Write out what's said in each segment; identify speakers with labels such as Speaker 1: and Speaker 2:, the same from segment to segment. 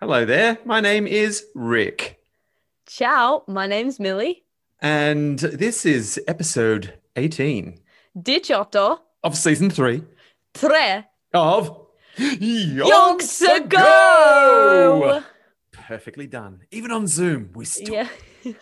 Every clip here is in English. Speaker 1: Hello there. My name is Rick,
Speaker 2: Ciao, my name's Millie.
Speaker 1: and this is episode 18
Speaker 2: Diciotto
Speaker 1: of season three
Speaker 2: tre
Speaker 1: of
Speaker 2: yonks
Speaker 1: Yonks
Speaker 2: ago.
Speaker 1: Perfectly done. Even on Zoom, we still.
Speaker 2: Yeah.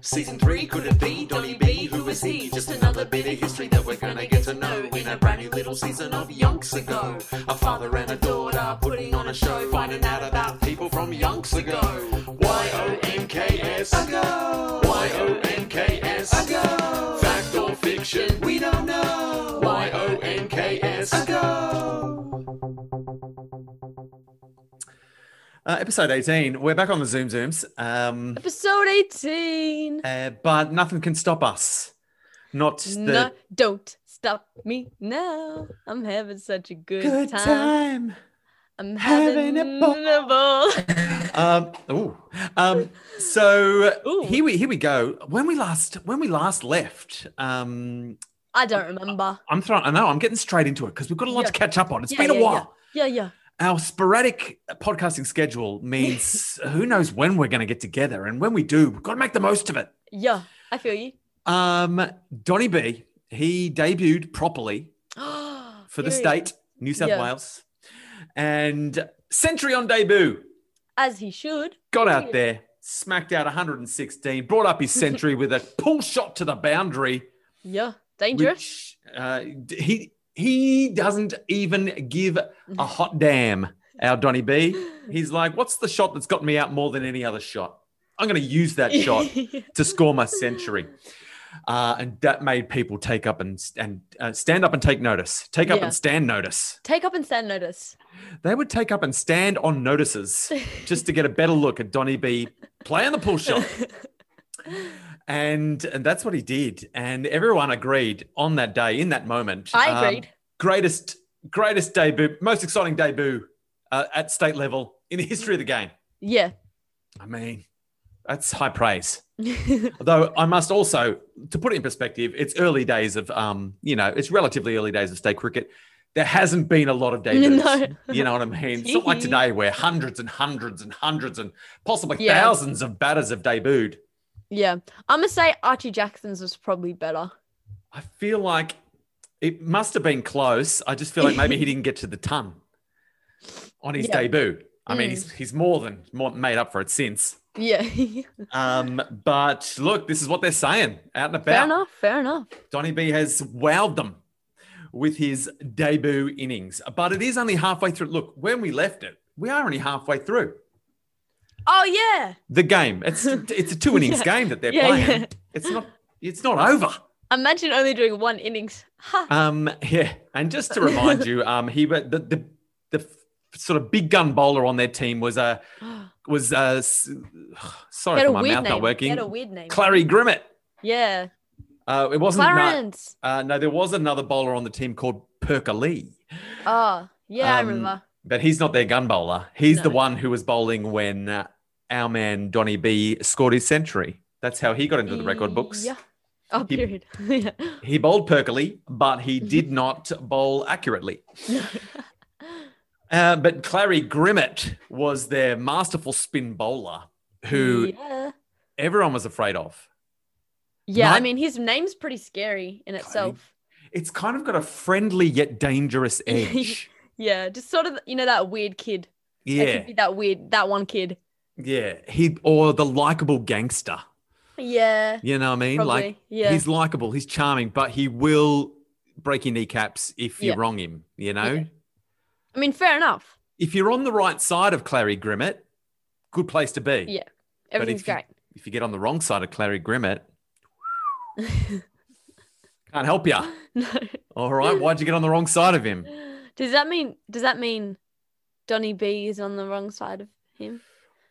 Speaker 3: Season three, could it be Donny B? Who is he? Just another bit of history that we're gonna get to know in a brand new little season of Yonks Ago. A father and a daughter putting on a show, finding out about people from Yonks Ago. Y O N K S Ago. Y O N K S Ago. Fact or fiction? We don't know. Y O N K S Ago.
Speaker 1: Uh, episode 18. We're back on the Zoom Zooms, um,
Speaker 2: Episode 18.
Speaker 1: uh, but nothing can stop us. Not the
Speaker 2: No, don't stop me now. I'm having such a good,
Speaker 1: good time.
Speaker 2: I'm
Speaker 1: having
Speaker 2: having,
Speaker 1: a
Speaker 2: a ball.
Speaker 1: um, ooh. um, so
Speaker 2: Ooh.
Speaker 1: here we here we go. When we last when we last left, um,
Speaker 2: I don't remember.
Speaker 1: I'm throwing. I know I'm getting straight into it because we've got a lot
Speaker 2: Yeah.
Speaker 1: to catch up on. It's
Speaker 2: Yeah,
Speaker 1: been a
Speaker 2: yeah, yeah.
Speaker 1: while.
Speaker 2: Yeah, yeah.
Speaker 1: Our sporadic podcasting schedule means who knows when we're going to get together, and when we do, we've got to make the most of it.
Speaker 2: Yeah, I feel you.
Speaker 1: Um, Donny B, he debuted properly for the
Speaker 2: Here he
Speaker 1: state,
Speaker 2: is.
Speaker 1: New South
Speaker 2: Yeah.
Speaker 1: Wales, and century on debut.
Speaker 2: As he should.
Speaker 1: got out there, smacked out 116, brought up his century with a pull shot to the boundary.
Speaker 2: Yeah. Dangerous.
Speaker 1: Which, uh, d- he he doesn't even give a hot damn. Our Donny B, he's like, "What's the shot that's got me out more than any other shot? I'm going to use that shot to score my century." Uh, and that made people take up and and uh, stand up and take notice. Take up
Speaker 2: Yeah.
Speaker 1: and stand notice.
Speaker 2: Take up and stand notice.
Speaker 1: They would take up and stand on notices just to get a better look at Donny B playing the pull shot. And and that's what he did. And everyone agreed on that day, in that moment. um,
Speaker 2: I agreed.
Speaker 1: greatest, greatest debut, most exciting debut uh, at state level in the history of the game.
Speaker 2: yeah.
Speaker 1: I mean, that's high praise. Though I must also, to put it in perspective, it's early days of, um, you know, it's relatively early days of state cricket. There hasn't been a lot of debuts.
Speaker 2: No.
Speaker 1: You know what I mean? It's not like today where hundreds and hundreds and hundreds and possibly
Speaker 2: Yeah.
Speaker 1: thousands of batters have debuted.
Speaker 2: Yeah. I'm going to say Archie Jackson's was probably better.
Speaker 1: I feel like it must have been close. I just feel like maybe he didn't get to the ton on his
Speaker 2: Yeah.
Speaker 1: debut. I mean,
Speaker 2: Mm.
Speaker 1: he's, he's more than more than made up for it since.
Speaker 2: Yeah.
Speaker 1: Um, but look, this is what they're saying out and
Speaker 2: fair
Speaker 1: about.
Speaker 2: enough. Fair enough.
Speaker 1: Donny B has wowed them with his debut innings, but it is only halfway through. Look, when we left it, we are only halfway through
Speaker 2: Oh, yeah.
Speaker 1: the game. It's it's a two innings game that they're
Speaker 2: Yeah,
Speaker 1: playing.
Speaker 2: yeah.
Speaker 1: It's not it's not over.
Speaker 2: Imagine only doing one innings. Ha.
Speaker 1: Um, yeah, and just to remind you, um, he wa- the the, the f- sort of big gun bowler on their team was uh, was uh, s- sorry
Speaker 2: Get
Speaker 1: for
Speaker 2: a
Speaker 1: my
Speaker 2: weird
Speaker 1: mouth
Speaker 2: name.
Speaker 1: not working.
Speaker 2: Get a weird name.
Speaker 1: Clary Grimmett.
Speaker 2: yeah.
Speaker 1: Uh, it wasn't. No,
Speaker 2: Clarence.
Speaker 1: uh, no, there was another bowler on the team called Perker Lee.
Speaker 2: Oh,
Speaker 1: Um,
Speaker 2: yeah, I remember.
Speaker 1: But he's not their gun bowler. He's the
Speaker 2: No.
Speaker 1: one who was bowling when uh, our man Donny B scored his century. That's how he got into the record books.
Speaker 2: Yeah. Oh,
Speaker 1: He-
Speaker 2: period. yeah.
Speaker 1: He bowled perkily, but he
Speaker 2: Mm-hmm.
Speaker 1: did not bowl accurately. Uh, but Clary Grimmett was their masterful spin bowler who
Speaker 2: Yeah.
Speaker 1: everyone was afraid of.
Speaker 2: Yeah, I
Speaker 1: Nine-
Speaker 2: mean, his name's pretty scary in itself.
Speaker 1: It's kind of got a friendly yet dangerous edge.
Speaker 2: Yeah, just sort of, you know, that weird kid. It
Speaker 1: yeah.
Speaker 2: could be that weird, that one kid.
Speaker 1: Yeah. He or the likable gangster.
Speaker 2: Yeah.
Speaker 1: You know what I mean?
Speaker 2: Probably.
Speaker 1: Like
Speaker 2: yeah.
Speaker 1: he's likable, he's charming, but he will break your kneecaps if you
Speaker 2: Yeah.
Speaker 1: wrong him, you know?
Speaker 2: Yeah. I mean, fair enough.
Speaker 1: If you're on the right side of Clary Grimmett, good place to be.
Speaker 2: Yeah. Everything's
Speaker 1: if you-
Speaker 2: great.
Speaker 1: If you get on the wrong side of Clary Grimmett, can't help you.
Speaker 2: no.
Speaker 1: All right, why'd you get on the wrong side of him?
Speaker 2: Does that mean does that mean Donny B is on the wrong side of him?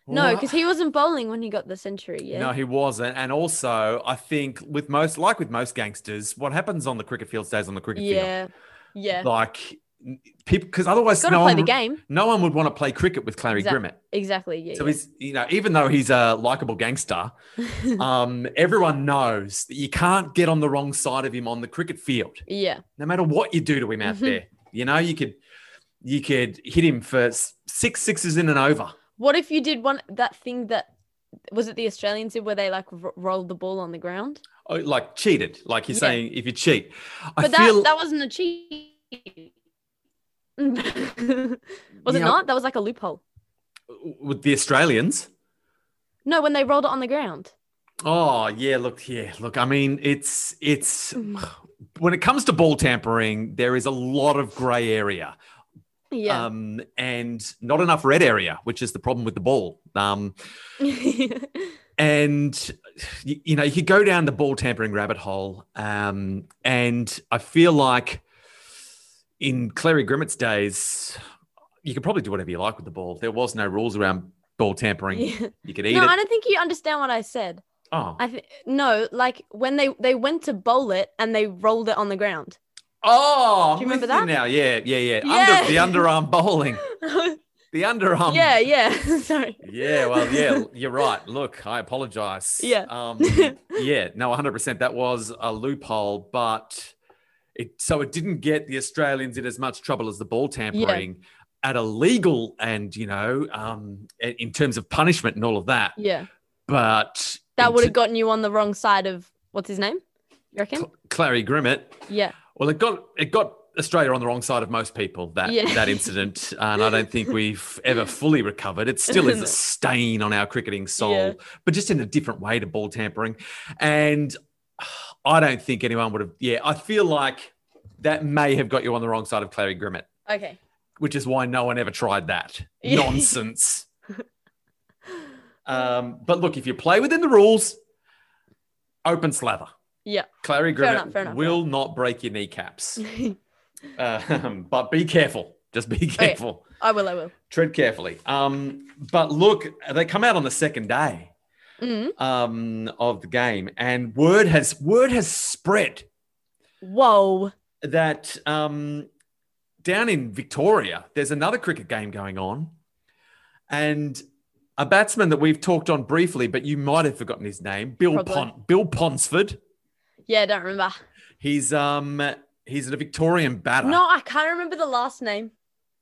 Speaker 2: No,
Speaker 1: Well,
Speaker 2: because he wasn't bowling when he got the century. Yeah.
Speaker 1: No, he wasn't. And also, I think with most, like with most gangsters, what happens on the cricket field stays on the cricket
Speaker 2: yeah. Yeah.
Speaker 1: field. Like people, because otherwise,
Speaker 2: Got to
Speaker 1: no
Speaker 2: play
Speaker 1: one,
Speaker 2: the game.
Speaker 1: no one would want to play cricket with Clary
Speaker 2: Exact-
Speaker 1: Grimmett.
Speaker 2: Exactly. Yeah.
Speaker 1: So
Speaker 2: yeah.
Speaker 1: he's, you know, even though he's a likable gangster,
Speaker 2: Mm-hmm.
Speaker 1: um, everyone knows that you can't get on the wrong side of him on the cricket field,
Speaker 2: yeah.
Speaker 1: no matter what you do to him out
Speaker 2: Mhm.
Speaker 1: there. You know, you could, you could hit him for s- six sixes in and over.
Speaker 2: What if you did one that thing that was it the Australians did where they like r- rolled the ball on the ground?
Speaker 1: Oh, like cheated, like you're
Speaker 2: Yeah.
Speaker 1: saying if you cheat. I
Speaker 2: But that
Speaker 1: feel
Speaker 2: that wasn't a cheat. was it
Speaker 1: Yeah.
Speaker 2: not? That was like a loophole.
Speaker 1: with the Australians.
Speaker 2: No, when they rolled it on the ground.
Speaker 1: Oh yeah, look, yeah, look. I mean, it's it's
Speaker 2: Mm.
Speaker 1: when it comes to ball tampering, there is a lot of grey area,
Speaker 2: Yeah.
Speaker 1: um, and not enough red area, which is the problem with the ball. Um, and you, you know, you could go down the ball tampering rabbit hole, um, and I feel like in Clary Grimmett's days, you could probably do whatever you like with the ball. There was no rules around ball tampering.
Speaker 2: Yeah.
Speaker 1: You could eat
Speaker 2: No,
Speaker 1: it.
Speaker 2: I don't think you understand what I said.
Speaker 1: oh,
Speaker 2: I th- no, like when they they went to bowl it and they rolled it on the ground.
Speaker 1: Oh,
Speaker 2: Do you
Speaker 1: I'm
Speaker 2: remember
Speaker 1: with
Speaker 2: that?
Speaker 1: now? Yeah, yeah, yeah. Under, the
Speaker 2: Yeah.
Speaker 1: underarm bowling. The underarm.
Speaker 2: yeah, yeah. Sorry.
Speaker 1: Yeah, well, yeah, you're right. Look, I apologize.
Speaker 2: Yeah.
Speaker 1: Um, yeah, no, 100%. That was a loophole, but it so it didn't get the Australians in as much trouble as the ball tampering at a legal and, you know, um, in in terms of punishment and all of that.
Speaker 2: Yeah.
Speaker 1: But
Speaker 2: That
Speaker 1: in
Speaker 2: would have
Speaker 1: t-
Speaker 2: gotten you on the wrong side of what's his name? You reckon?
Speaker 1: Clary Grimmett
Speaker 2: Yeah.
Speaker 1: Well, it got it got Australia on the wrong side of most people that
Speaker 2: Yeah.
Speaker 1: that incident, and I don't think we've ever fully recovered. It still is
Speaker 2: No.
Speaker 1: a stain on our cricketing soul,
Speaker 2: Yeah.
Speaker 1: but just in a different way to ball tampering. And I don't think anyone would have. Yeah, I feel like that may have got you on the wrong side of Clary Grimmett,
Speaker 2: Okay.
Speaker 1: which is why no one ever tried that
Speaker 2: Yeah.
Speaker 1: nonsense. Um, but look, if you play within the rules, open slather.
Speaker 2: Yeah.
Speaker 1: Clary
Speaker 2: Fair enough,
Speaker 1: Grimmett
Speaker 2: fair enough, fair
Speaker 1: will not break your kneecaps.
Speaker 2: I
Speaker 1: Um, but be careful. Just
Speaker 2: Oh,
Speaker 1: be careful.
Speaker 2: will. I will.
Speaker 1: Tread carefully. Um, but look, they come out on the second day
Speaker 2: Mhm.
Speaker 1: um, of the game, and word has word has spread
Speaker 2: Whoa.
Speaker 1: that um, down in Victoria, there's another cricket game going on, and a batsman that we've talked on briefly, but you might have forgotten his name, Bill
Speaker 2: Probably.
Speaker 1: Pon- Bill Ponsford.
Speaker 2: Yeah, I don't remember.
Speaker 1: He's um he's a Victorian batter.
Speaker 2: No, I can't remember the last name.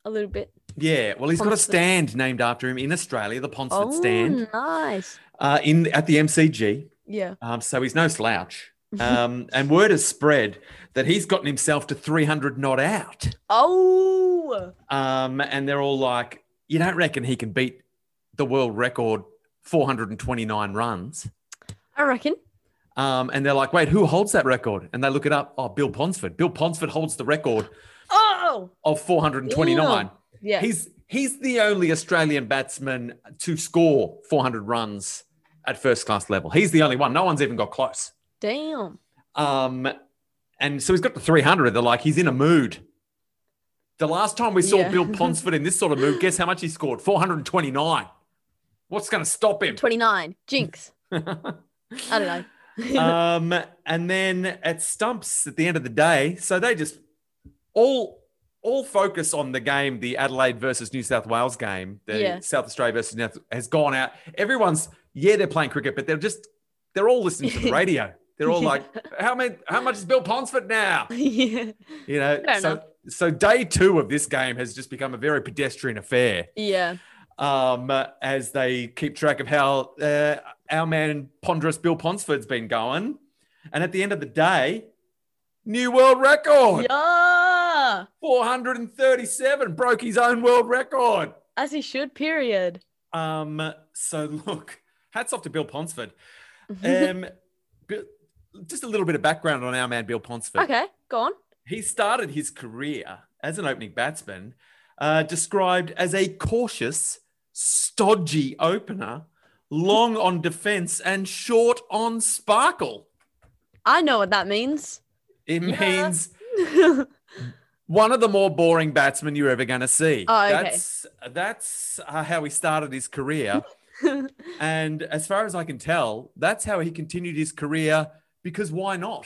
Speaker 2: A little bit.
Speaker 1: Yeah, well, he's got a
Speaker 2: Ponsford.
Speaker 1: stand named after him in Australia, the Ponsford
Speaker 2: Oh,
Speaker 1: stand.
Speaker 2: nice.
Speaker 1: uh, in at the MCG.
Speaker 2: Yeah.
Speaker 1: Um, so he's no slouch. Um, and word has spread that he's gotten himself to 300 not out.
Speaker 2: Oh.
Speaker 1: Um, and they're all like, you don't reckon he can beat the world record 429 runs?
Speaker 2: I reckon.
Speaker 1: Um, and they're like, wait, who holds that record? And they look it up. Oh, Bill Ponsford. Bill Ponsford holds the record
Speaker 2: Oh.
Speaker 1: of 429.
Speaker 2: Yeah.
Speaker 1: He's he's the only Australian batsman to score 400 runs at first class level. He's the only one. No one's even got close.
Speaker 2: Damn.
Speaker 1: Um, and so he's got the 300. They're like, he's in a mood. The last time we saw
Speaker 2: Yeah.
Speaker 1: Bill Ponsford in this sort of mood, guess how much he scored? 429. What's going to stop him?
Speaker 2: 29. Jinx. I don't know.
Speaker 1: um, and then at stumps at the end of the day, so they just all all focus on the game, the Adelaide versus New South Wales game, the
Speaker 2: Yeah.
Speaker 1: South Australia versus New has gone out. Everyone's yeah, they're playing cricket, but they're just they're all listening to the radio. They're all
Speaker 2: Yeah.
Speaker 1: like, how many, how much is Bill Ponsford now?
Speaker 2: yeah.
Speaker 1: You know,
Speaker 2: Fair
Speaker 1: so
Speaker 2: enough.
Speaker 1: so day two of this game has just become a very pedestrian affair.
Speaker 2: Yeah.
Speaker 1: Um, uh, as they keep track of how uh, our man ponderous Bill Ponsford's been going, and at the end of the day, new world record
Speaker 2: Yeah.
Speaker 1: 437 broke his own world record.
Speaker 2: As he should, period.
Speaker 1: Um, so look, hats off to Bill Ponsford. Um, Bi- just a little bit of background on our man Bill Ponsford.
Speaker 2: okay, go on.
Speaker 1: He started his career as an opening batsman, uh, described as a cautious, stodgy opener, long on defense and short on sparkle.
Speaker 2: I know what that means.
Speaker 1: It
Speaker 2: Yeah.
Speaker 1: means
Speaker 2: oh,
Speaker 1: one of the more boring batsmen you're ever going to see.
Speaker 2: Oh, okay.
Speaker 1: That's that's uh, how he started his career, and as far as I can tell, that's how he continued his career. Because why not?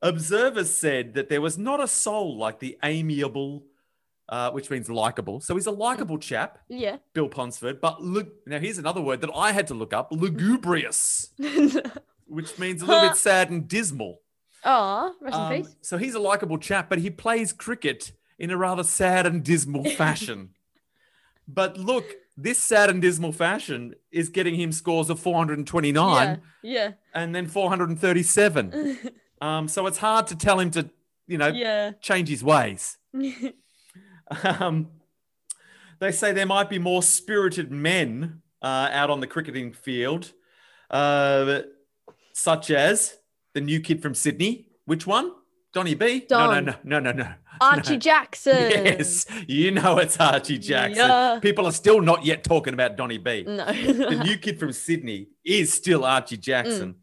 Speaker 1: Observers said that there was not a soul like the amiable, uh, which means likable. So he's a likable chap,
Speaker 2: yeah.
Speaker 1: Bill Ponsford. But look, now here's another word that I had to look up lugubrious, which means a little bit sad and dismal.
Speaker 2: Oh, rest
Speaker 1: Um,
Speaker 2: in peace.
Speaker 1: so he's a likable chap, but he plays cricket in a rather sad and dismal fashion. but look, this sad and dismal fashion is getting him scores of 429
Speaker 2: Yeah. Mm.
Speaker 1: and then 437.
Speaker 2: Yeah.
Speaker 1: Um, so it's hard to tell him to, you know,
Speaker 2: yeah.
Speaker 1: change his ways. Um, they say there might be more spirited men uh, out on the cricketing field, uh, such as the new kid from Sydney. Which one? Donny B?
Speaker 2: Don.
Speaker 1: No, no, no, no, no, no.
Speaker 2: Archie Jackson.
Speaker 1: Yes, you know it's Archie Jackson.
Speaker 2: Yeah.
Speaker 1: People are still not yet talking about Donny B the
Speaker 2: No.
Speaker 1: new kid from Sydney is still Archie Jackson.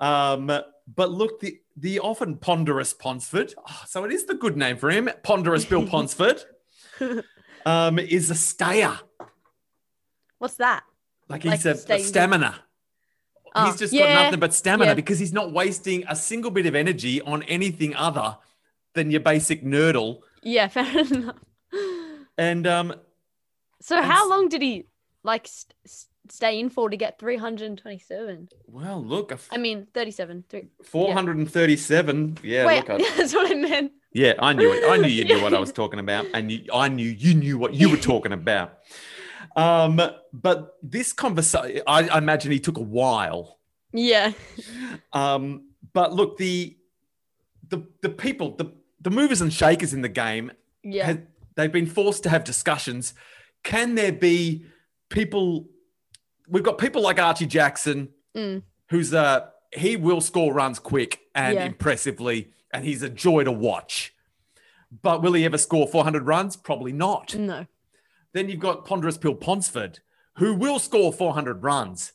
Speaker 2: Mm.
Speaker 1: Um, but look, the the often ponderous Ponsford, oh, so it is the good name for him, ponderous Bill Ponsford, um, is a stayer.
Speaker 2: What's that?
Speaker 1: Like
Speaker 2: Like
Speaker 1: he's a,
Speaker 2: staying-
Speaker 1: a stamina.
Speaker 2: Oh,
Speaker 1: he's just
Speaker 2: yeah.
Speaker 1: got nothing but stamina
Speaker 2: yeah.
Speaker 1: because he's not wasting a single bit of energy on anything other than your basic nerdle.
Speaker 2: Yeah, fair enough.
Speaker 1: And um,
Speaker 2: So
Speaker 1: And
Speaker 2: how
Speaker 1: s-
Speaker 2: long did he like st- st- stay in for to get 327?
Speaker 1: well, look, a f-
Speaker 2: I mean, 37. Three.
Speaker 1: 437. Yeah,
Speaker 2: Wait,
Speaker 1: look, I-
Speaker 2: that's what I meant.
Speaker 1: Yeah, I knew it. I knew you knew what I was talking about, and you, I knew you knew what you were talking about. Um, but this conversation, I, I imagine he took a while.
Speaker 2: Yeah.
Speaker 1: Um, but look, the the the people, the the movers and shakers in the game,
Speaker 2: Yeah.
Speaker 1: had- they've been forced to have discussions. Can there be people? We've got people like Archie Jackson,
Speaker 2: Mm.
Speaker 1: who's uh he will score runs quick and
Speaker 2: Yeah.
Speaker 1: impressively, and he's a joy to watch. But will he ever score 400 runs? Probably not.
Speaker 2: No.
Speaker 1: Then you've got Ponderous Pill Ponsford, who will score 400 runs,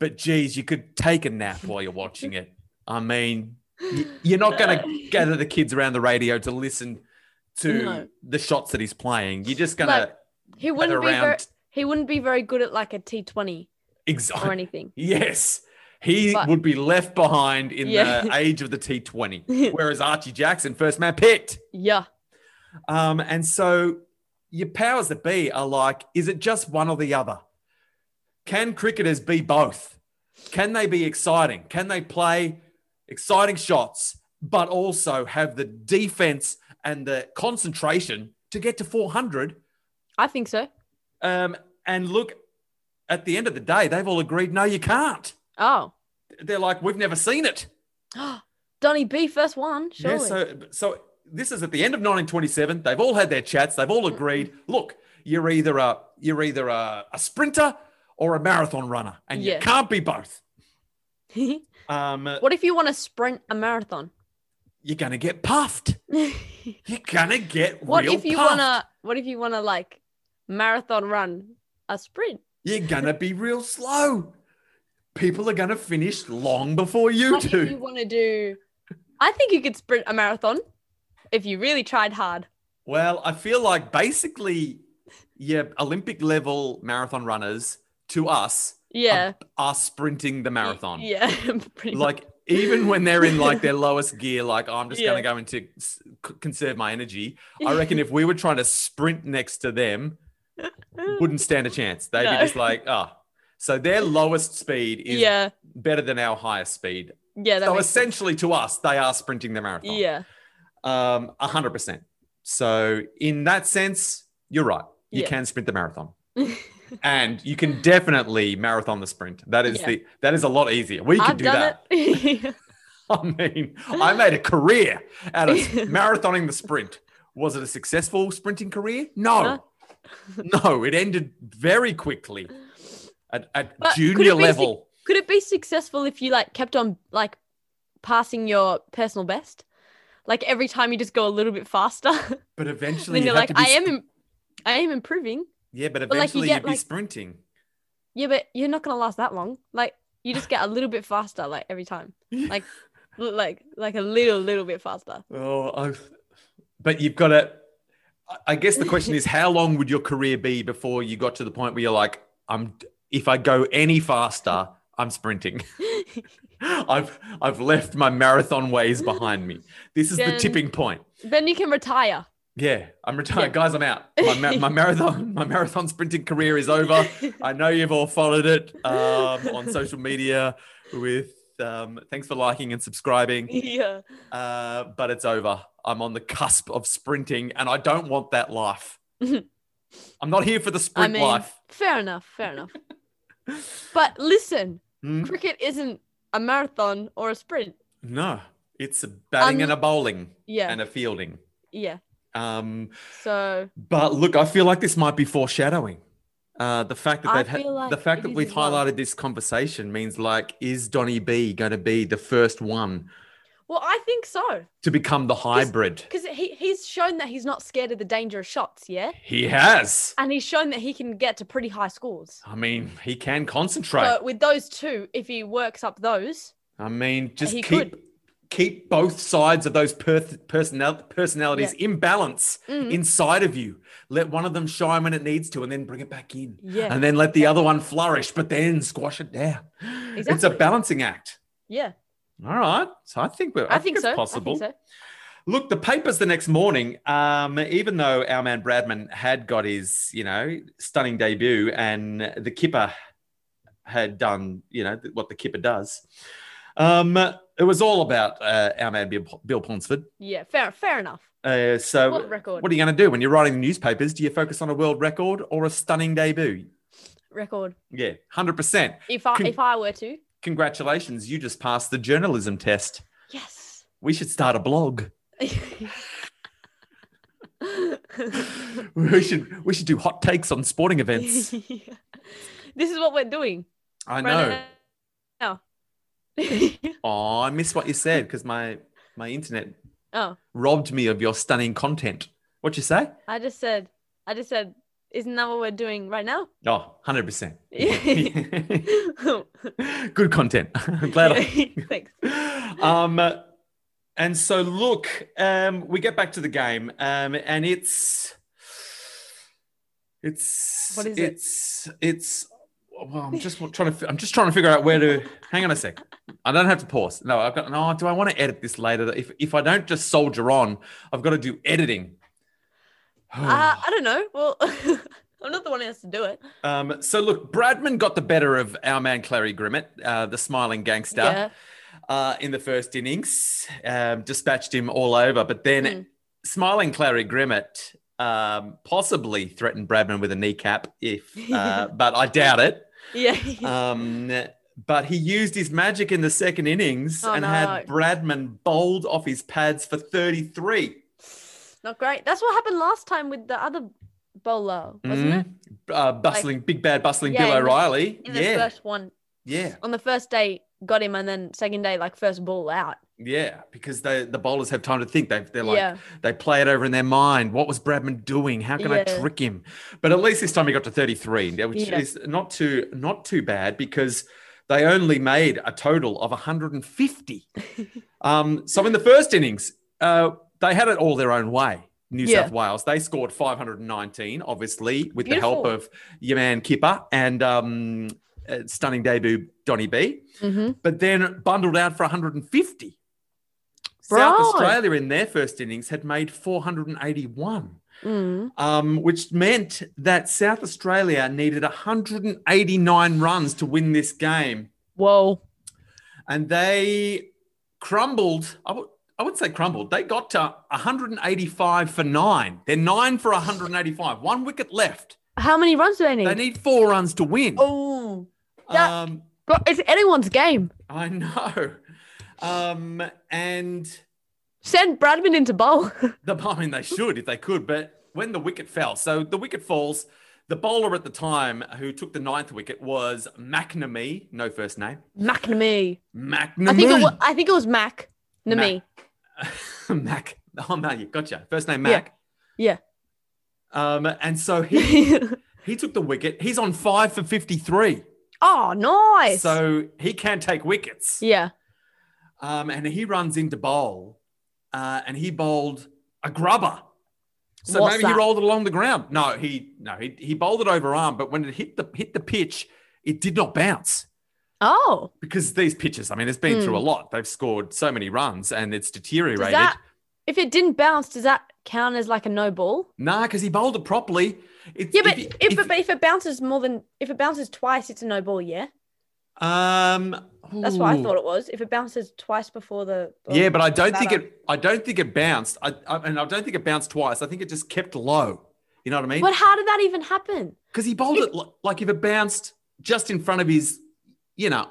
Speaker 1: but geez, you could take a nap while you're watching it. I mean, y- you're not going to gather the kids around the radio to listen to
Speaker 2: No.
Speaker 1: the shots that he's playing. You're just going
Speaker 2: Like,
Speaker 1: to
Speaker 2: He
Speaker 1: gather
Speaker 2: wouldn't be very,
Speaker 1: around.
Speaker 2: he wouldn't be very good at like a T20
Speaker 1: Exactly.
Speaker 2: or anything.
Speaker 1: Yes. He
Speaker 2: But-
Speaker 1: would be left behind in
Speaker 2: Yeah.
Speaker 1: the age of the T20, whereas Archie Jackson, first man picked.
Speaker 2: Yeah.
Speaker 1: Um, and so your powers that be are like, is it just one or the other? Can cricketers be both? Can they be exciting? Can they play exciting shots, but also have the defense and the concentration to get to 400?
Speaker 2: I think so.
Speaker 1: Um, and look, at the end of the day, they've all agreed, no, you can't.
Speaker 2: Oh.
Speaker 1: They're like, we've never seen it.
Speaker 2: Donny B first one, surely.
Speaker 1: Yeah, so so this is at the end of 1927. They've all had their chats. They've
Speaker 2: Mm-hmm.
Speaker 1: all agreed. Look, you're either a you're either a, a sprinter or a marathon runner, and
Speaker 2: Yeah.
Speaker 1: you can't be both. Um,
Speaker 2: what if you want to sprint a marathon?
Speaker 1: you're gonna get puffed.
Speaker 2: what
Speaker 1: You're gonna get real
Speaker 2: if you
Speaker 1: puffed.
Speaker 2: wanna what if you wanna like marathon run a sprint?
Speaker 1: You're gonna be real slow. People are gonna finish long before you
Speaker 2: What
Speaker 1: do.
Speaker 2: if you wanna do I think you could sprint a marathon if you really tried hard.
Speaker 1: Well, I feel like basically, yeah, Olympic level marathon runners to us
Speaker 2: Yeah.
Speaker 1: are sprinting the marathon.
Speaker 2: Yeah. pretty much.
Speaker 1: like even when they're in like their lowest gear like "Oh, i'm just
Speaker 2: Yeah.
Speaker 1: going to go into s- c- conserve my energy i reckon if we were trying to sprint next to them wouldn't stand a chance they'd
Speaker 2: No.
Speaker 1: be just like oh so their lowest speed is
Speaker 2: Yeah.
Speaker 1: better than our highest speed
Speaker 2: Yeah, that
Speaker 1: so
Speaker 2: makes sense.
Speaker 1: essentially to us they are sprinting the marathon
Speaker 2: Yeah.
Speaker 1: um 100% so in that sense you're right you
Speaker 2: Yeah.
Speaker 1: can sprint the marathon and you can definitely marathon the sprint that is
Speaker 2: Yeah.
Speaker 1: the that is a lot easier we can
Speaker 2: I've
Speaker 1: do
Speaker 2: done
Speaker 1: that
Speaker 2: it.
Speaker 1: I mean, I made a career out of marathoning the sprint. Was it a successful sprinting career? No. No, it ended very quickly at, at
Speaker 2: But could
Speaker 1: junior
Speaker 2: it be
Speaker 1: level.
Speaker 2: Could it be successful if you like kept on like passing your personal best? Like every time you just go a little bit faster,
Speaker 1: But eventually,
Speaker 2: then
Speaker 1: you
Speaker 2: you're
Speaker 1: have
Speaker 2: like,
Speaker 1: to be
Speaker 2: I am,
Speaker 1: sp-
Speaker 2: Im- I am improving.
Speaker 1: yeah, but
Speaker 2: like, you
Speaker 1: eventually
Speaker 2: get,
Speaker 1: you'd be
Speaker 2: like-
Speaker 1: sprinting.
Speaker 2: Yeah, but you're not gonna last that long. Like you just get a little bit faster, like every time, like, l- like, like a little, little bit faster.
Speaker 1: Oh, I, but you've got to. I guess the question is, how long would your career be before you got to the point where you're like, I'm. If I go any faster, I'm sprinting. I've I've left my marathon ways behind me. This is the
Speaker 2: Then-
Speaker 1: tipping point.
Speaker 2: then you can retire.
Speaker 1: Yeah, I'm retired,
Speaker 2: Yeah.
Speaker 1: guys. I'm out. My, ma- my marathon my marathon sprinting career is over. I know you've all followed it um, on social media with um, thanks for liking and subscribing.
Speaker 2: yeah.
Speaker 1: Uh, but it's over. I'm on the cusp of sprinting, and I don't want that life. I'm not here for the
Speaker 2: I
Speaker 1: sprint
Speaker 2: mean,
Speaker 1: life.
Speaker 2: fair enough, fair enough. but listen,
Speaker 1: Hmm?
Speaker 2: cricket isn't a marathon or a sprint.
Speaker 1: No, it's a batting
Speaker 2: Un-
Speaker 1: and a bowling
Speaker 2: Yeah,
Speaker 1: and a fielding.
Speaker 2: yeah.
Speaker 1: Um,
Speaker 2: So
Speaker 1: but look, I feel like this might be foreshadowing. Uh, the fact that
Speaker 2: I
Speaker 1: they've had
Speaker 2: feel like
Speaker 1: the fact
Speaker 2: it
Speaker 1: that
Speaker 2: is
Speaker 1: we've
Speaker 2: as well.
Speaker 1: highlighted this conversation means like, is Donny B going to be the first one
Speaker 2: Well, I think so
Speaker 1: to become the hybrid?
Speaker 2: because he he's shown that he's not scared of the dangerous shots, yeah,
Speaker 1: He has.
Speaker 2: and he's shown that he can get to pretty high scores.
Speaker 1: I mean, he can concentrate.
Speaker 2: So with those two, if he works up those,
Speaker 1: I mean, just
Speaker 2: He
Speaker 1: keep
Speaker 2: could.
Speaker 1: keep both sides of those per- personal personalities in balance
Speaker 2: mm,
Speaker 1: inside of you. Let one of them shine when it needs to, and then bring it back in,
Speaker 2: yeah,
Speaker 1: and then let the other one flourish, but then squash it down. It's a
Speaker 2: Exactly.
Speaker 1: balancing act.
Speaker 2: yeah,
Speaker 1: All right, so I think we're.
Speaker 2: I, think,
Speaker 1: it's
Speaker 2: so.
Speaker 1: possible.
Speaker 2: I think so.
Speaker 1: Look, the papers the next morning, um, even though our man Bradman had got his, you know, stunning debut and the kipper had done, you know, what the kipper does, um, it was all about uh, our man Bill, Bill Ponsford.
Speaker 2: Yeah, fair, fair enough.
Speaker 1: Uh, so,
Speaker 2: What record?
Speaker 1: what are you going to do when you're writing the newspapers? Do you focus on a world record or a stunning debut?
Speaker 2: Record.
Speaker 1: Yeah, 100%.
Speaker 2: If I
Speaker 1: Con-
Speaker 2: if I were to,
Speaker 1: Congratulations, you just passed the journalism test.
Speaker 2: yes.
Speaker 1: We should start a blog. we should we should do hot takes on sporting events.
Speaker 2: This is what we're doing.
Speaker 1: I know.
Speaker 2: right now.
Speaker 1: Oh, I missed what you said because my my internet
Speaker 2: oh,
Speaker 1: robbed me of your stunning content. What'd you say?
Speaker 2: I just said, I just said, isn't that what we're doing right now?
Speaker 1: Oh, 100%. Good content. I'm glad. I-
Speaker 2: Thanks.
Speaker 1: um, and so look, um, we get back to the game, um, and it's it's
Speaker 2: What is it?
Speaker 1: it's it's well, I'm just trying to I'm just trying to figure out where to hang on a sec. I don't have to pause. No, I've got no. Do I want to edit this later? If if I don't just soldier on, I've got to do editing.
Speaker 2: Uh, I don't know. Well, I'm not the one who has to do it.
Speaker 1: um, so look, Bradman got the better of our man Clary Grimmett, uh, the smiling gangster.
Speaker 2: Yeah.
Speaker 1: uh, in the first innings, um, dispatched him all over. But then,
Speaker 2: Mm.
Speaker 1: smiling Clary Grimmett um, possibly threatened Bradman with a kneecap, if, uh, but I doubt it.
Speaker 2: Yeah.
Speaker 1: Um, but he used his magic in the second innings
Speaker 2: Oh,
Speaker 1: and
Speaker 2: no.
Speaker 1: had Bradman bowled off his pads for 33.
Speaker 2: not great. That's what happened last time with the other bowler, wasn't it?
Speaker 1: Mm. Uh, bustling, big bad bustling
Speaker 2: Yeah,
Speaker 1: Bill
Speaker 2: in the-
Speaker 1: O'Reilly.
Speaker 2: In the
Speaker 1: yeah,
Speaker 2: first one,
Speaker 1: yeah,
Speaker 2: on the first day, got him, and then second day, like first ball out.
Speaker 1: yeah. Because they, the bowlers have time to think. They, they're like,
Speaker 2: yeah.
Speaker 1: They play it over in their mind. What was Bradman doing? How can I
Speaker 2: Yeah.
Speaker 1: trick him? But at least this time he got to 33, which
Speaker 2: Yeah.
Speaker 1: is not too not too bad because they only made a total of 150. um, so in the first innings, uh, they had it all their own way. New
Speaker 2: Yeah.
Speaker 1: South Wales. They scored 519, obviously, with the help
Speaker 2: Beautiful.
Speaker 1: of your man Kipper and um, uh, stunning debut Donny B
Speaker 2: Mm-hmm.
Speaker 1: but then bundled out for 150. South
Speaker 2: Right.
Speaker 1: Australia in their first innings had made 481,
Speaker 2: Mm.
Speaker 1: um, which meant that South Australia needed 189 runs to win this game.
Speaker 2: Whoa.
Speaker 1: And they crumbled. I would, I would say crumbled. They got to 185 for nine. They're nine for 185. One wicket left.
Speaker 2: How many runs do they need?
Speaker 1: They need four runs to win.
Speaker 2: oh, that-
Speaker 1: um,
Speaker 2: God, it's anyone's game.
Speaker 1: I know. Um, and.
Speaker 2: Send Bradman into bowl.
Speaker 1: The, I mean, they should if they could, but when the wicket fell, so the wicket falls. The bowler at the time who took the ninth wicket was McNamee, no first name.
Speaker 2: McNamee.
Speaker 1: McNamee.
Speaker 2: I think it was, I think it was Mac. Namee.
Speaker 1: Mac. Oh, no, you gotcha. First name
Speaker 2: Yeah.
Speaker 1: Mac.
Speaker 2: Yeah.
Speaker 1: Um, and so he he took the wicket. He's on five for fifty three.
Speaker 2: oh, nice.
Speaker 1: So he can take wickets.
Speaker 2: yeah.
Speaker 1: Um, and he runs into bowl, uh, and he bowled a grubber. So
Speaker 2: What's
Speaker 1: maybe he
Speaker 2: that?
Speaker 1: rolled it along the ground. No, he no he, he bowled it over arm, but when it hit the hit the pitch, it did not bounce
Speaker 2: Oh,
Speaker 1: because these pitches. I mean, it's been
Speaker 2: Hmm.
Speaker 1: through a lot. They've scored so many runs, and it's deteriorated.
Speaker 2: does that? If it didn't bounce, does that count as like a no ball?
Speaker 1: nah, because he bowled it properly. It's,
Speaker 2: Yeah, but
Speaker 1: it-
Speaker 2: if, but if it bounces more than if it bounces twice, it's a no ball. Yeah.
Speaker 1: Um,
Speaker 2: That's what I
Speaker 1: ooh.
Speaker 2: thought it was. If it bounces twice before the
Speaker 1: Yeah, but I don't think
Speaker 2: matter.
Speaker 1: it. I don't think it bounced. I, I and I don't think it bounced twice. I think it just kept low. You know what I mean?
Speaker 2: But how did that even happen?
Speaker 1: Because he bowled it li- like if it bounced just in front of his, you know,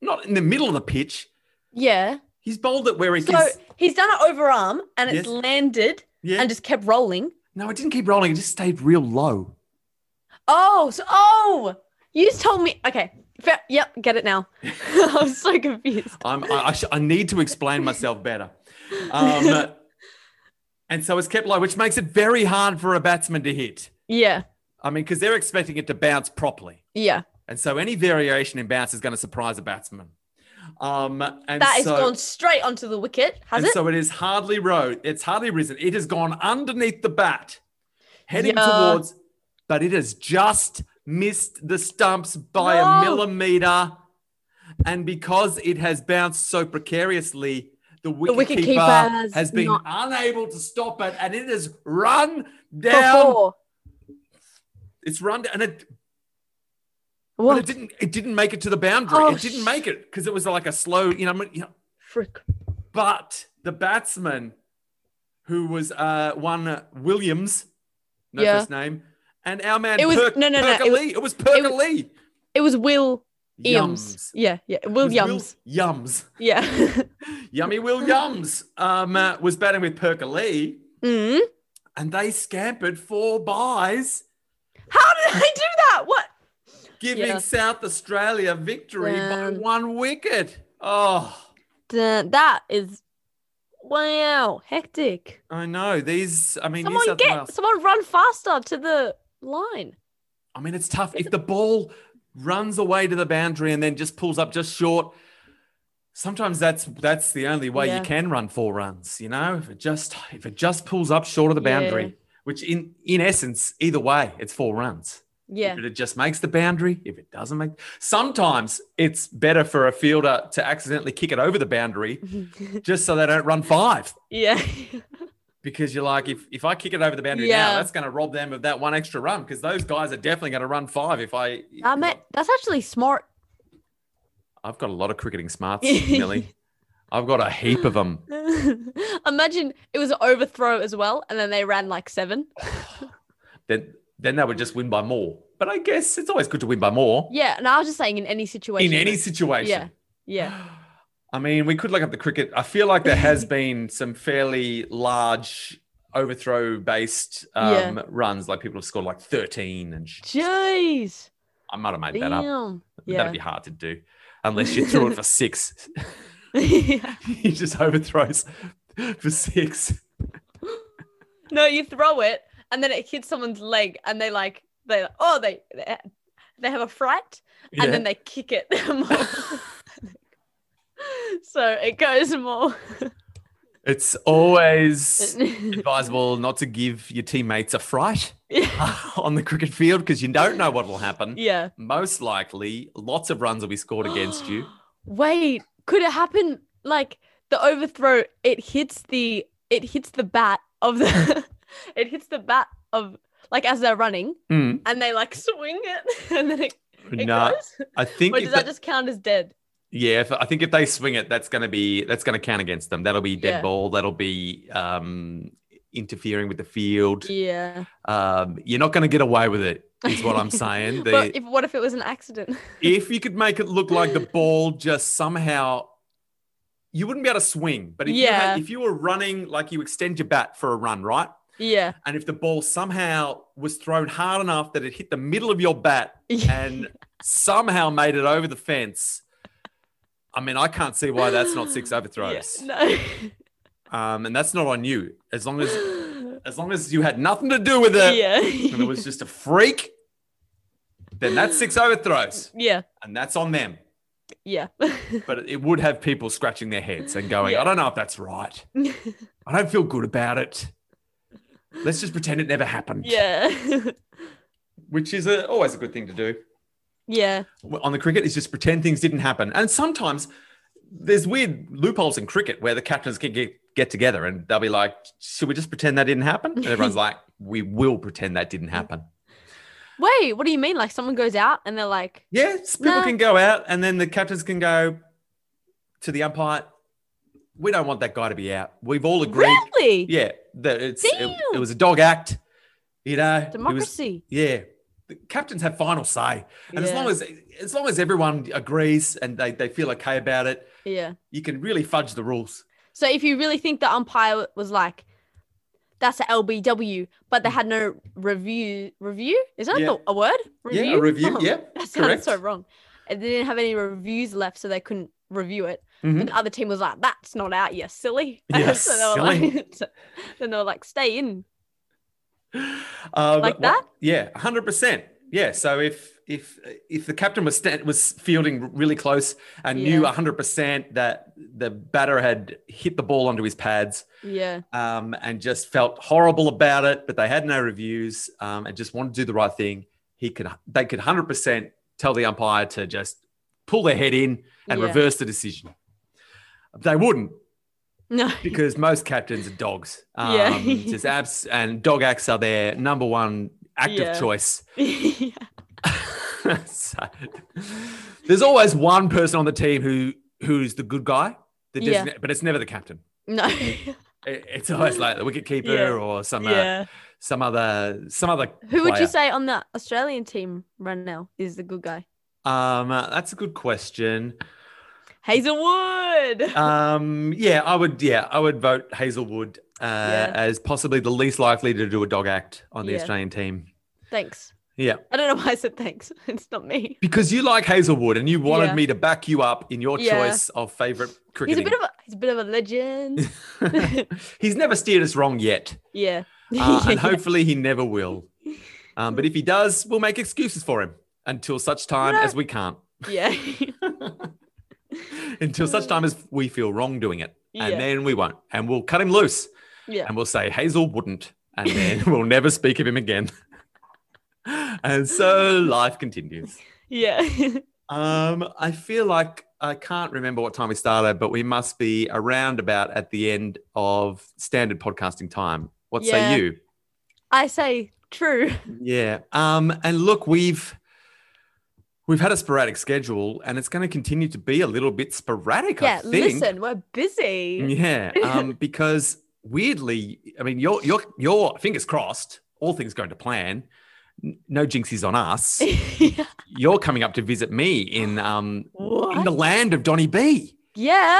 Speaker 1: not in the middle of the pitch.
Speaker 2: Yeah.
Speaker 1: He's bowled it where he
Speaker 2: So
Speaker 1: can.
Speaker 2: he's done it overarm and it's
Speaker 1: Yes.
Speaker 2: landed
Speaker 1: Yeah.
Speaker 2: and just kept rolling.
Speaker 1: no, it didn't keep rolling. It just stayed real low.
Speaker 2: Oh, so oh, you just told me. Okay, fair, yep, get it now. I'm so confused.
Speaker 1: I'm, I, I, sh- I need to explain myself better. Um, and so it's kept low, which makes it very hard for a batsman to hit.
Speaker 2: Yeah,
Speaker 1: I mean, because they're expecting it to bounce properly.
Speaker 2: yeah,
Speaker 1: And so any variation in bounce is going to surprise a batsman. Um, and
Speaker 2: that has
Speaker 1: so,
Speaker 2: gone straight onto the wicket, has
Speaker 1: and
Speaker 2: it?
Speaker 1: so it is hardly rode. It's hardly risen. It has gone underneath the bat, heading
Speaker 2: Yeah.
Speaker 1: towards, but it has just missed the stumps by
Speaker 2: No.
Speaker 1: a millimeter. And because it has bounced so precariously, the wicketkeeper
Speaker 2: wicketkeeper has
Speaker 1: has been
Speaker 2: not-
Speaker 1: unable to stop it, and it has run down.
Speaker 2: Before,
Speaker 1: It's run, and it But it
Speaker 2: what?
Speaker 1: didn't. It didn't make it to the boundary.
Speaker 2: Oh,
Speaker 1: it didn't
Speaker 2: sh-
Speaker 1: make it because it was like a slow. You know, I mean, you know.
Speaker 2: Frick.
Speaker 1: But the batsman, who was uh, one uh, Williams, no
Speaker 2: Yeah.
Speaker 1: first name, and our man.
Speaker 2: It was-
Speaker 1: Perk-
Speaker 2: no, no, no,
Speaker 1: Perker
Speaker 2: it was-
Speaker 1: Lee. It was Perker
Speaker 2: it was-
Speaker 1: Lee.
Speaker 2: It was Will Yums.
Speaker 1: Yums.
Speaker 2: Yeah, yeah,
Speaker 1: It
Speaker 2: Will
Speaker 1: was Will
Speaker 2: Yums.
Speaker 1: Yums.
Speaker 2: Yeah. Mm-hmm.
Speaker 1: Yummy Will Yums. Um, uh, was batting with Perker Lee,
Speaker 2: mm.
Speaker 1: and they scampered four buys,
Speaker 2: How did I do that? What?
Speaker 1: giving
Speaker 2: Yeah.
Speaker 1: South Australia victory by
Speaker 2: Damn.
Speaker 1: one wicket. Oh.
Speaker 2: Dun, that is wow, hectic.
Speaker 1: I know these. I mean, New
Speaker 2: Someone
Speaker 1: South
Speaker 2: get
Speaker 1: Wales-
Speaker 2: someone run faster to the line.
Speaker 1: I mean, it's tough. If the ball runs away to the boundary and then just pulls up just short, sometimes that's that's the only way
Speaker 2: Yeah.
Speaker 1: you can run four runs. You know, if it just if it just pulls up short of the boundary,
Speaker 2: Yeah.
Speaker 1: which in in essence, either way, it's four runs.
Speaker 2: Yeah.
Speaker 1: If it just makes the boundary, if it doesn't make, sometimes it's better for a fielder to accidentally kick it over the boundary just so they don't run five.
Speaker 2: yeah.
Speaker 1: because you're like, if, if I kick it over the boundary now,
Speaker 2: Yeah.
Speaker 1: that's going to rob them of that one extra run because those guys are definitely going to run five. If I,
Speaker 2: I mean, that's actually smart.
Speaker 1: I've got a lot of cricketing smarts, Millie. I've got a heap of them.
Speaker 2: Imagine it was an overthrow as well, and then they ran like seven.
Speaker 1: Then then they would just win by more. But I guess it's always good to win by more
Speaker 2: Yeah, and I was just saying in any situation.
Speaker 1: in any situation.
Speaker 2: yeah,
Speaker 1: I mean, we could look up the cricket. I feel like there has been some fairly large overthrow based um, runs. Like people have scored like 13 and sh-
Speaker 2: jeez,
Speaker 1: I might have made that up.
Speaker 2: damn,
Speaker 1: But That'd be hard to do unless you threw it for six.
Speaker 2: yeah.
Speaker 1: he just overthrows for six.
Speaker 2: no, you throw it, and then it hits someone's leg, and they like they oh they they, they have a fright,
Speaker 1: Yeah.
Speaker 2: and then they kick it more. so it goes more.
Speaker 1: it's always advisable not to give your teammates a fright on the cricket field because you don't know what will happen.
Speaker 2: yeah.
Speaker 1: Most likely, lots of runs will be scored against you.
Speaker 2: Wait, could it happen like the overthrow? It hits the it hits the bat of the it hits the bat of like as they're running
Speaker 1: Hmm.
Speaker 2: and they like swing it and then it,
Speaker 1: No,
Speaker 2: it goes.
Speaker 1: I think
Speaker 2: Or
Speaker 1: if
Speaker 2: does that
Speaker 1: the-
Speaker 2: just count as dead?
Speaker 1: yeah, if, I think if they swing it, that's going to be that's going to count against them. That'll be dead
Speaker 2: Yeah.
Speaker 1: ball. That'll be um, interfering with the field.
Speaker 2: Yeah.
Speaker 1: Um, you're not going to get away with it, is what I'm saying. The-
Speaker 2: but if what if it was an accident?
Speaker 1: if you could make it look like the ball just somehow you wouldn't be able to swing but if, you had,
Speaker 2: Yeah.
Speaker 1: if you were running like you extend your bat for a run right
Speaker 2: yeah.
Speaker 1: and if the ball somehow was thrown hard enough that it hit the middle of your bat and somehow made it over the fence i mean i can't see why that's not six overthrows
Speaker 2: Yeah,
Speaker 1: um, and that's not on you as long as
Speaker 2: no.
Speaker 1: as long as you had nothing to do with it
Speaker 2: yeah.
Speaker 1: and it was just a freak then that's six overthrows
Speaker 2: yeah.
Speaker 1: and that's on them
Speaker 2: Yeah.
Speaker 1: but it would have people scratching their heads and going,
Speaker 2: Yeah.
Speaker 1: I don't know if that's right. I don't feel good about it. Let's just pretend it never happened.
Speaker 2: yeah.
Speaker 1: Which is a, always a good thing to do
Speaker 2: yeah.
Speaker 1: on the cricket is just pretend things didn't happen. And sometimes there's weird loopholes in cricket where the captains can get, get together and they'll be like, should we just pretend that didn't happen? And everyone's like, we will pretend that didn't happen.
Speaker 2: Wait, what do you mean? Like someone goes out and they're like,
Speaker 1: Yeah, s- people
Speaker 2: Nah.
Speaker 1: can go out, and then the captains can go to the umpire. We don't want that guy to be out. We've all agreed.
Speaker 2: really?
Speaker 1: Yeah, that it's it, it
Speaker 2: Damn.
Speaker 1: was a dog act. You know, it was-
Speaker 2: Democracy.
Speaker 1: yeah, the captains have final say, and as long as as long as everyone agrees and they they feel okay about it,
Speaker 2: yeah.
Speaker 1: you can really fudge the rules.
Speaker 2: So if you really think the umpire was like, that's a LBW, but they had no review. Review is that
Speaker 1: Yeah.
Speaker 2: the, a word?
Speaker 1: Yeah, a review.
Speaker 2: Oh,
Speaker 1: yeah,
Speaker 2: that sounds
Speaker 1: correct.
Speaker 2: so wrong. And they didn't have any reviews left, so they couldn't review it.
Speaker 1: Mhm.
Speaker 2: But the other team was like, "That's not out, you silly."
Speaker 1: Yeah,
Speaker 2: so they were
Speaker 1: silly.
Speaker 2: Like, so- then they were like, "Stay in."
Speaker 1: Um,
Speaker 2: Like
Speaker 1: wha-
Speaker 2: that?
Speaker 1: yeah, hundred percent. Yeah. So if if if the captain was stand, was fielding really close and knew
Speaker 2: Yeah.
Speaker 1: hundred percent that the batter had hit the ball onto his pads
Speaker 2: Yeah,
Speaker 1: um, and just felt horrible about it, but they had no reviews um, and just wanted to do the right thing, he could they could hundred percent tell the umpire to just pull their head in and
Speaker 2: Yeah.
Speaker 1: reverse the decision. They wouldn't
Speaker 2: no,
Speaker 1: because most captains are dogs. Um,
Speaker 2: Yeah.
Speaker 1: just abs and dog acts are their number one act
Speaker 2: Yeah.
Speaker 1: of choice.
Speaker 2: yeah.
Speaker 1: so, there's always one person on the team who who's the good guy, the
Speaker 2: Yeah.
Speaker 1: designa- but it's never the captain.
Speaker 2: no,
Speaker 1: It- It's always like the wicket keeper
Speaker 2: Yeah.
Speaker 1: or some uh,
Speaker 2: yeah.
Speaker 1: some other some other.
Speaker 2: Who would
Speaker 1: player.
Speaker 2: you say on the Australian team right now is the good guy?
Speaker 1: Um, uh, that's a good question.
Speaker 2: Hazelwood.
Speaker 1: Um, yeah, I would. Yeah, I would vote Hazelwood uh,
Speaker 2: Yeah.
Speaker 1: as possibly the least likely to do a dog act on the
Speaker 2: Yeah.
Speaker 1: Australian team.
Speaker 2: thanks.
Speaker 1: Yeah.
Speaker 2: I don't know why I said thanks. It's not me.
Speaker 1: because you like Hazelwood and you wanted
Speaker 2: Yeah.
Speaker 1: me to back you up in your
Speaker 2: Yeah.
Speaker 1: choice of favorite
Speaker 2: He's a
Speaker 1: cricketing.
Speaker 2: bit of a he's a bit of a legend.
Speaker 1: He's never steered us wrong yet,
Speaker 2: yeah.
Speaker 1: uh, and
Speaker 2: Yeah.
Speaker 1: hopefully he never will. Um, but if he does, we'll make excuses for him until such time
Speaker 2: No.
Speaker 1: as we can't,
Speaker 2: yeah.
Speaker 1: until such time as we feel wrong doing it, and
Speaker 2: Yeah.
Speaker 1: then we won't, and we'll cut him loose,
Speaker 2: Yeah.
Speaker 1: and we'll say Hazel wouldn't, and then we'll never speak of him again. and so life continues.
Speaker 2: Yeah.
Speaker 1: Um, I feel like I can't remember what time we started, but we must be around about at the end of standard podcasting time. What
Speaker 2: Yeah.
Speaker 1: say you?
Speaker 2: I say true.
Speaker 1: Yeah. Um, and look, we've we've had a sporadic schedule, and it's going to continue to be a little bit sporadic. I
Speaker 2: Yeah.
Speaker 1: think.
Speaker 2: Listen, we're busy.
Speaker 1: Yeah. Um, because weirdly, I mean, your your your fingers crossed. All things going to plan. n- No jinxies on us.
Speaker 2: Yeah.
Speaker 1: You're coming up to visit me in um in
Speaker 2: What?
Speaker 1: the land of Donny B.
Speaker 2: yeah.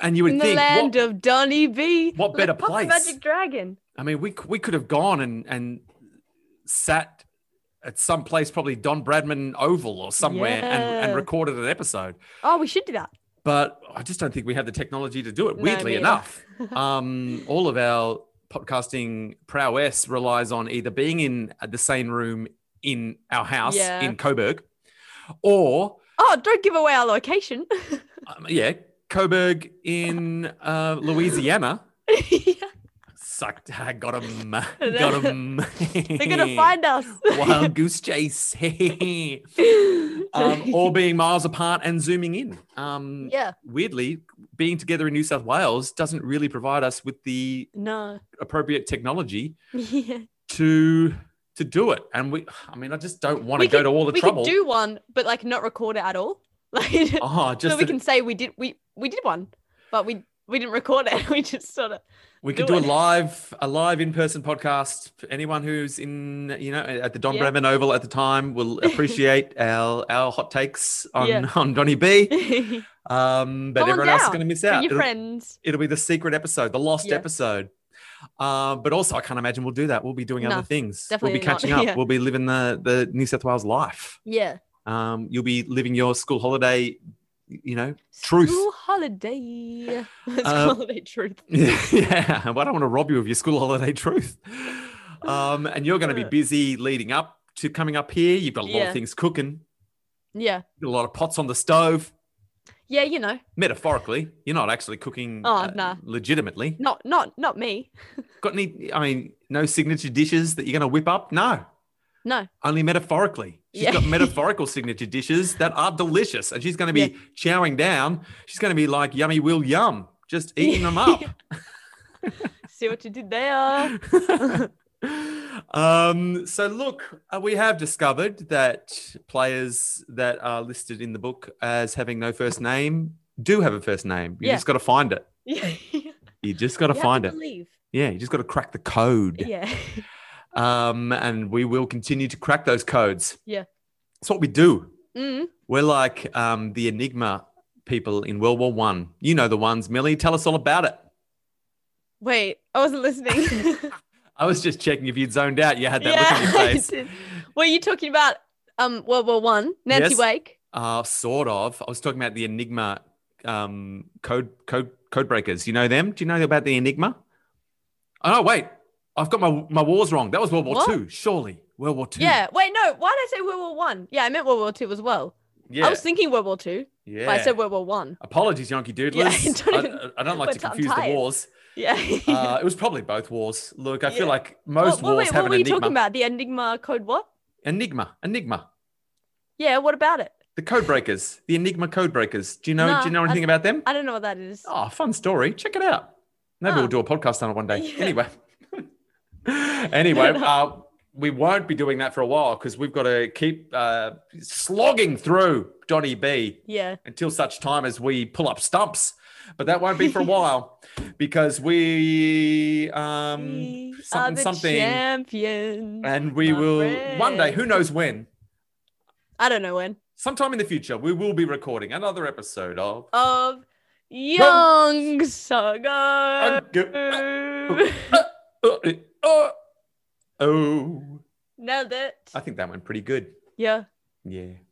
Speaker 1: And you would
Speaker 2: In the
Speaker 1: think, what-
Speaker 2: land of Donny B.
Speaker 1: what better
Speaker 2: Pop the
Speaker 1: place?
Speaker 2: Magic Dragon.
Speaker 1: I mean, we c- we could have gone and and sat at some place, probably Don Bradman Oval or somewhere, and, and
Speaker 2: Yeah.
Speaker 1: recorded an episode.
Speaker 2: Oh, we should do that.
Speaker 1: But I just don't think we have the technology to do it.
Speaker 2: No,
Speaker 1: Weirdly
Speaker 2: me
Speaker 1: enough, um, all of our podcasting prowess relies on either being in the same room in our house
Speaker 2: Yeah.
Speaker 1: in Coburg, or
Speaker 2: Oh, don't give away our location.
Speaker 1: um, yeah, Coburg in uh, Louisiana.
Speaker 2: Yeah.
Speaker 1: Sucked. I got him. Got him.
Speaker 2: They're gonna find us.
Speaker 1: Wild goose chase. um, or being miles apart and zooming in. Um,
Speaker 2: yeah.
Speaker 1: Weirdly, being together in New South Wales doesn't really provide us with the
Speaker 2: No.
Speaker 1: appropriate technology
Speaker 2: Yeah.
Speaker 1: to to do it. And we, I mean, I just don't want to
Speaker 2: We
Speaker 1: go
Speaker 2: could-
Speaker 1: to all the
Speaker 2: we
Speaker 1: trouble.
Speaker 2: could do one, but like not record it at all. Like
Speaker 1: oh, just
Speaker 2: so we
Speaker 1: that-
Speaker 2: can say we did we we did one, but we we didn't record it. We just sort of
Speaker 1: we could
Speaker 2: do
Speaker 1: do,
Speaker 2: it.
Speaker 1: a live a live in person podcast. For Anyone who's in you know at the Don
Speaker 2: Yeah.
Speaker 1: Bradman Oval at the time will appreciate our our hot takes on
Speaker 2: Yeah.
Speaker 1: on Donny B.
Speaker 2: bring
Speaker 1: Um, but
Speaker 2: Come on
Speaker 1: everyone else is
Speaker 2: down.
Speaker 1: going to miss out.
Speaker 2: your
Speaker 1: It'll,
Speaker 2: friends.
Speaker 1: it'll be the secret episode, the lost
Speaker 2: Yeah.
Speaker 1: episode. Um, but also, I can't imagine we'll do that. We'll be doing
Speaker 2: No,
Speaker 1: other things. we'll be
Speaker 2: definitely not.
Speaker 1: catching up.
Speaker 2: Yeah.
Speaker 1: We'll be living the the New South Wales life.
Speaker 2: Yeah.
Speaker 1: Um, you'll be living your school holiday. You know, Truth.
Speaker 2: School holiday. It's
Speaker 1: Uh,
Speaker 2: holiday truth.
Speaker 1: yeah. Well, I don't want to rob you of your school holiday truth. Um, and you're going to be
Speaker 2: Uh.
Speaker 1: busy leading up to coming up here. You've got a lot of
Speaker 2: Yeah.
Speaker 1: things cooking.
Speaker 2: Yeah.
Speaker 1: A lot of pots on the stove.
Speaker 2: Yeah, you know.
Speaker 1: Metaphorically, you're not actually cooking. uh,
Speaker 2: Oh, nah.
Speaker 1: Legitimately.
Speaker 2: Not not not me.
Speaker 1: Got any? I mean, no signature dishes that you're going to whip up? No,
Speaker 2: No.
Speaker 1: only metaphorically. She's
Speaker 2: Yeah.
Speaker 1: got metaphorical signature dishes that are delicious, and she's going to be chowing down. She's going to be like yummy will yum, just eating them up.
Speaker 2: See what you did there.
Speaker 1: um, Um, so, look, uh, we have discovered that players that are listed in the book as having no first name do have a first name. You
Speaker 2: Yeah.
Speaker 1: just got to find it.
Speaker 2: Yeah.
Speaker 1: You just got to find it.
Speaker 2: Believe.
Speaker 1: Yeah, you just got to crack the code.
Speaker 2: Yeah.
Speaker 1: Um, and we will continue to crack those codes.
Speaker 2: Yeah.
Speaker 1: It's what we do.
Speaker 2: Mm.
Speaker 1: We're like um, the Enigma people in World War One. You know the ones, Millie. Tell us all about it.
Speaker 2: Wait, I wasn't listening.
Speaker 1: I was just checking if you'd zoned out. You had that look on
Speaker 2: I
Speaker 1: your face.
Speaker 2: did. Were you talking about um World War One? Nancy
Speaker 1: Yes.
Speaker 2: Wake.
Speaker 1: Uh, sort of. I was talking about the Enigma um, code code code breakers. You know them? Do you know about the Enigma? Oh no, wait. I've got my my wars wrong. That was World War
Speaker 2: What?
Speaker 1: Two, surely. World War Two.
Speaker 2: Yeah. Wait, no. Why did I say World War One? Yeah, I meant World War Two as well.
Speaker 1: Yeah.
Speaker 2: I was thinking World War Two,
Speaker 1: yeah.
Speaker 2: but I said World War One.
Speaker 1: Apologies, Yankee
Speaker 2: Yeah, I
Speaker 1: Doodlers.
Speaker 2: don't even-
Speaker 1: I, I don't like to
Speaker 2: but I'm
Speaker 1: confuse the
Speaker 2: tired.
Speaker 1: wars.
Speaker 2: Yeah.
Speaker 1: Uh, it was probably both wars. Look, I
Speaker 2: Yeah.
Speaker 1: feel like
Speaker 2: Well,
Speaker 1: most
Speaker 2: well,
Speaker 1: wars
Speaker 2: wait,
Speaker 1: have
Speaker 2: what
Speaker 1: an
Speaker 2: were you
Speaker 1: enigma.
Speaker 2: talking about? The Enigma code what?
Speaker 1: Enigma, Enigma,
Speaker 2: Yeah, what about it?
Speaker 1: the code breakers, the Enigma code breakers. Do you know?
Speaker 2: No,
Speaker 1: do you know
Speaker 2: I-
Speaker 1: anything about them?
Speaker 2: I don't know what that is.
Speaker 1: Oh, fun story. Check it out. Maybe
Speaker 2: Oh.
Speaker 1: we'll do a podcast on it one day.
Speaker 2: Yeah.
Speaker 1: Anyway, anyway,
Speaker 2: No.
Speaker 1: uh, we won't be doing that for a while because we've got to keep uh, slogging through Donny B
Speaker 2: Yeah.
Speaker 1: until such time as we pull up stumps. But that won't be for a while because we um
Speaker 2: We are
Speaker 1: something
Speaker 2: the
Speaker 1: something Uh,
Speaker 2: champions.
Speaker 1: and we
Speaker 2: my
Speaker 1: will one day
Speaker 2: friend.
Speaker 1: who knows when
Speaker 2: I don't know when.
Speaker 1: sometime in the future we will be recording another episode of
Speaker 2: Of Young Saga.
Speaker 1: oh
Speaker 2: Nailed it.
Speaker 1: Uh, oh, I think that went pretty good
Speaker 2: Yeah.
Speaker 1: yeah